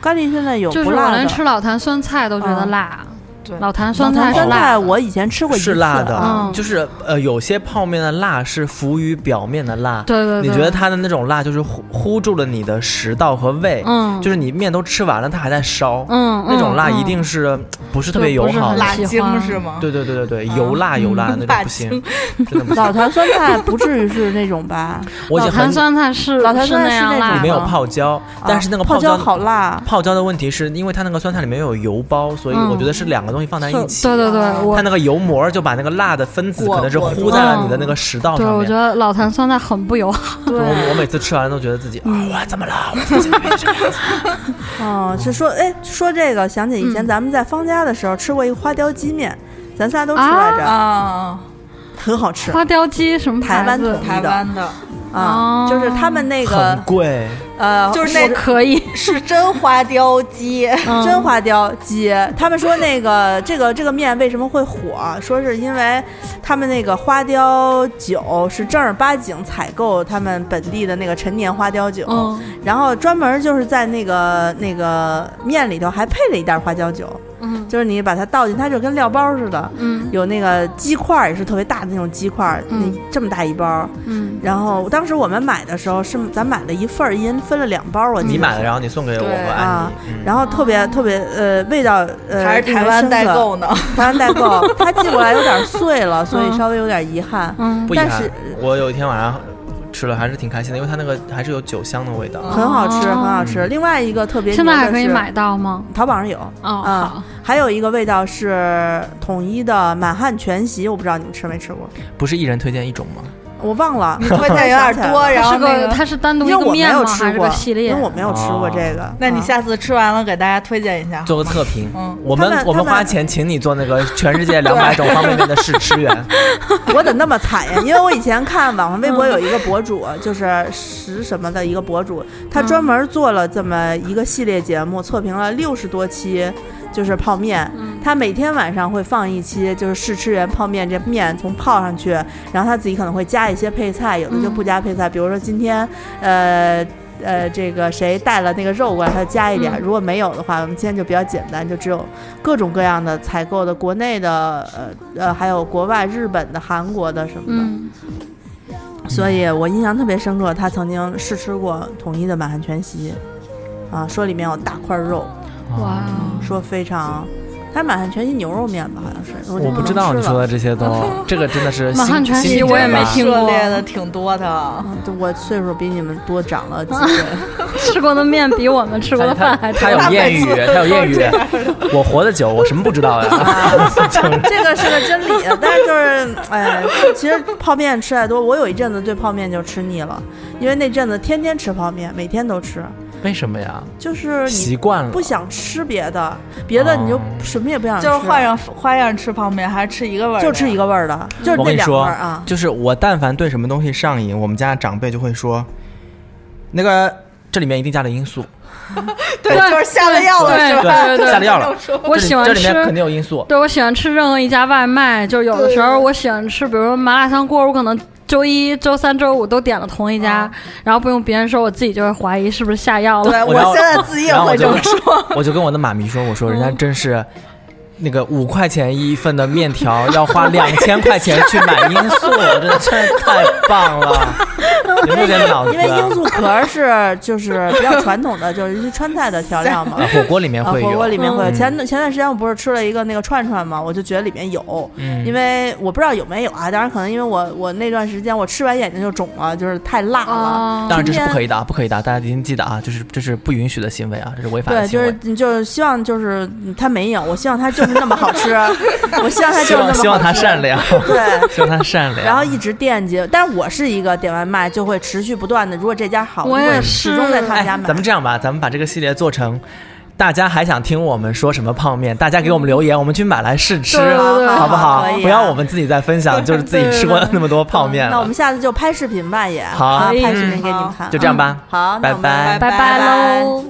S1: 咖喱现在有
S4: 就
S1: 不
S4: 是我
S1: 辣的
S4: 连。吃老坛酸菜都觉得辣，
S2: 对
S4: 老坛
S1: 老
S4: 酸
S1: 坛
S4: 菜是
S1: 酸
S4: 辣
S1: 菜
S4: 的，
S1: 我以前吃过一
S3: 是
S1: 次
S3: 辣的，
S1: 啊
S4: 嗯
S3: 就是呃，有些泡面的辣是浮于表面的辣，
S4: 对对对，
S3: 你觉得它的那种辣就是呼呼住了你的食道和胃，
S4: 嗯
S3: 就是你面都吃完了，它还在烧，
S4: 嗯
S3: 那种辣
S4: 嗯
S3: 一定是不是特别
S4: 就
S3: 友
S4: 不是
S3: 好
S4: 很嗯
S3: 的。
S2: 辣
S4: 喜
S2: 精
S4: 欢
S2: 是吗？
S3: 对对对对对，油辣油辣的
S4: *laughs*
S3: 那种
S2: 辣
S3: 不行
S2: 精，
S3: 真的不行。
S1: 老坛酸菜不至于是那种吧？
S3: 我已
S4: 老
S3: 经
S4: 坛
S3: 很
S4: 酸菜是
S1: 老坛酸菜
S4: 那
S1: 是
S4: 样
S1: 那
S4: 辣
S1: 种
S3: 里
S4: 的，啊
S3: 面有
S1: 吗
S3: 泡椒，但是那个
S1: 啊泡
S3: 椒
S1: 好辣，
S3: 泡椒的问题是因为它那个酸菜里面有油包，所以
S4: 嗯
S3: 我觉得是两个东西放在一起。
S4: 对对对，
S2: 啊
S4: 我
S3: 它那个油膜就把那个辣的分子
S2: 裹
S3: 可能是
S2: 裹住
S3: 糊在了你的那个食道
S4: 嗯对
S3: 上
S4: 我觉
S3: 面。
S4: 得老坛酸菜很不友好，
S3: 我我每次吃完都觉得自己啊，
S1: 嗯
S3: 我怎么了？我怎么这样嗯
S1: 哦，是说哎，说这个想起以前
S4: 嗯
S1: 咱们在方家的时候吃过一个花雕鸡面，咱仨都吃
S4: 啊
S1: 来着，
S2: 啊，
S1: 很好吃
S4: 花雕鸡什么
S1: 台
S4: 牌
S1: 湾
S4: 子
S1: 统？
S2: 台湾的
S4: 哦，
S1: 啊就是他们那
S3: 很
S1: 个
S3: 贵，
S1: 呃，
S2: 就是
S4: 我
S2: 那
S4: 可
S3: *laughs*
S4: 以，
S2: 是真花雕鸡，
S4: 嗯
S1: 真花雕鸡，他们说那个这个这个面为什么会火，说是因为他们那个花雕酒是正儿八经采购他们本地的那个陈年花雕酒，
S4: 嗯
S1: 然后专门就是在那个那个面里头还配了一袋花椒酒，
S4: 嗯
S1: 就是你把它倒进，它就跟料包似的，
S4: 嗯
S1: 有那个鸡块儿也是特别大的那种鸡块儿，
S4: 嗯
S1: 那这么大一包。
S4: 嗯，
S1: 然后当时我们买的时候是咱买了一份儿，一人分了两包，我记得
S3: 你买了，然后你送给我
S2: 对
S3: 和安
S1: 嗯啊
S3: 妮，嗯
S1: 然后特别特别呃味道呃
S2: 还是台湾代，购呢？
S1: 令人深刻台湾代
S4: *laughs*
S1: 购，它寄过来有点碎了，所以
S4: 嗯
S1: 稍微有点遗憾。
S4: 嗯
S3: 不遗
S1: 但
S3: 憾
S1: 是，
S3: 我有一天晚上吃了还是挺开心的，因为它那个还是有酒香的味道。
S2: 嗯
S1: 很好吃，
S4: 哦
S1: 很好吃。另外一个特别
S4: 现在
S1: 牛的
S4: 还可以
S1: 是，
S4: 买到吗？
S1: 淘宝上有。
S4: 哦，
S1: 啊
S4: 好，
S1: 还有一个味道是统一的满汉全席，我不知道你们吃没吃过，
S3: 不是一人推荐一种吗？
S1: 我忘了，
S2: 你推荐有点多，然
S4: 它
S2: 后
S4: 是
S2: 那
S4: 个
S2: 个，
S4: 它是单
S1: 因
S4: 独一
S1: 为
S4: 个
S1: 我没
S4: 面
S1: 有
S4: 吗？
S1: 吃
S4: 还是
S1: 过
S4: 个系，列
S1: 因为？我没有吃过
S3: 哦
S1: 这个。
S2: 那你
S1: 啊
S2: 下次吃完了给大家推荐一下。
S3: 做个测评。
S2: 嗯
S3: 我
S1: 哦他
S3: 们
S1: 们
S3: 我
S1: 他
S3: 们
S1: 们
S3: 花钱请你做那个全
S1: *laughs*
S3: 世界两百种方便面的试吃员，
S1: 我怎么那么惨呀？因为我以前看网上微博有一个博主，就是石什么的一个博主，他专门做了这么一个系列节目，测评了六十多期，就是泡面。他每天晚上会放一期，就是试吃员泡面，这面从泡上去，然后他自己可能会加一些配菜，有的就不加配菜。比如说今天，呃。呃，这个谁带了那个肉过来，他加一点；
S4: 嗯
S1: 如果没有的话，我们今天就比较简单，就只有各种各样的采购的，国内的，呃呃，还有国外日本的、韩国的什么的。
S4: 嗯，
S1: 所以我印象特别深刻，他曾经试吃过统一的满汉全席，啊，说里面有大块肉，
S4: 哇哦
S3: 啊，
S1: 说非常，它是满汉全席牛肉面吧，好像是，
S3: 我不知道你说的这些都，这个真
S4: *laughs*
S3: 的是
S4: 满汉
S3: 新
S4: 全席
S3: 新
S4: 我也
S3: 点
S4: 没
S3: 吧
S4: 听过
S2: 涉猎的挺多的，
S1: 的，啊我岁数比你们多长
S3: *laughs*
S1: 了几岁，
S4: 吃过的面比我们吃过的
S3: 他
S4: 饭
S3: 他
S4: 还
S3: 他
S4: 多
S1: *laughs*
S3: 有。谚语，他有谚语，我活得久，我什么不知道
S1: *laughs*
S3: 呀？
S1: 啊这个是个真理，但是就是，哎，其实泡面吃太多，我有一阵子对泡面就吃腻了，因为那阵子天天吃泡面，每天都吃，
S3: 为什么呀？
S1: 就是
S3: 习
S1: 你
S3: 惯了
S1: 不，想吃别的，别的你就
S3: 嗯哦
S1: 什么也不想吃，
S2: 就是换上花样吃泡面，还是吃一个味儿的呀，
S1: 就吃一个味儿的，就是
S3: 嗯我
S1: 那
S3: 跟你
S1: 两味
S3: 说
S1: 儿啊，
S3: 就是我但凡对什么东西上瘾，我们家长辈就会说，那个这里面一定加了罂粟，
S2: 哦对，就是下了药了
S4: 对
S2: 是吧？
S4: 对对对
S3: 下
S2: *laughs*
S3: 了药了
S2: 这种说
S4: 我喜欢
S3: 这里
S4: 吃
S3: 面肯定有罂粟。
S4: 对，我喜欢吃任何一家外卖，就有的时候我喜欢吃，比如说麻辣香锅，我可能周一周三周五都点了同一
S3: 啊
S4: 家，然后不用别人说，我自己就会怀疑是不是下药了。
S1: 哎
S2: 对，哎
S3: 我
S2: 我
S3: 然后
S2: 现在自己也
S3: 然后我
S2: 会这
S3: 就
S2: 么
S3: *laughs*
S2: 说。
S3: 我就跟我的妈咪说，我说人家真是。那个五块钱一份的面条，要花两千块钱去买罂粟，真的真是太棒了！有没有点脑子
S1: 因为罂
S3: 啊？
S1: 粟壳是就是比较传统的，就是一些川菜的调料嘛。
S3: *laughs* 啊火锅里面
S1: 啊，
S3: 会
S1: 火锅
S3: 有，
S1: 里面会有。
S3: 嗯
S1: 前段前段时间我不是吃了一个那个串串嘛，我就觉得里面有，
S3: 嗯
S1: 因为我不知道有没有啊。当然可能因为我我那段时间我吃完眼睛就肿了，就是太辣了。
S4: 哦
S3: 当然这
S1: 今
S3: 是
S1: 天
S3: 不可以的啊，不可以的啊，大家一定记得啊，这是这是不允许的行为啊，这是违法的
S1: 对，
S3: 行
S1: 就
S3: 为。
S1: 是就是希望就是嗯他没有，我希望他就就是那么好
S3: *laughs*
S1: 吃，我希望它
S3: 希
S1: 就是那么好
S3: 望
S1: 吃。
S3: 希望他
S1: *laughs*
S3: 善良，
S1: 对，
S3: 希望他善良。
S1: 然后一直惦记。但是我是一个点外卖就会持续不断的，如果这家好，
S4: 我也
S1: 会始终在他
S3: 哎
S1: 们家买。
S3: 咱们这样吧，咱们把这个系列做成，大家还想听我们说什么泡面？大家给我们留言，我们去买来试吃，
S4: 对对对
S3: 好不好
S1: 可以啊？
S3: 不要我们自己再分享，就是自己吃过那么多泡
S1: *laughs*
S3: 面了。
S1: 那我们下次就拍视频吧，也
S3: 好
S1: 啊
S4: 可以
S1: 拍视频给你
S2: 嗯
S1: 们
S2: 好
S1: 看。
S3: 就这样吧
S1: 嗯好，那我们
S3: 拜拜
S4: 拜
S1: 拜
S4: 拜喽。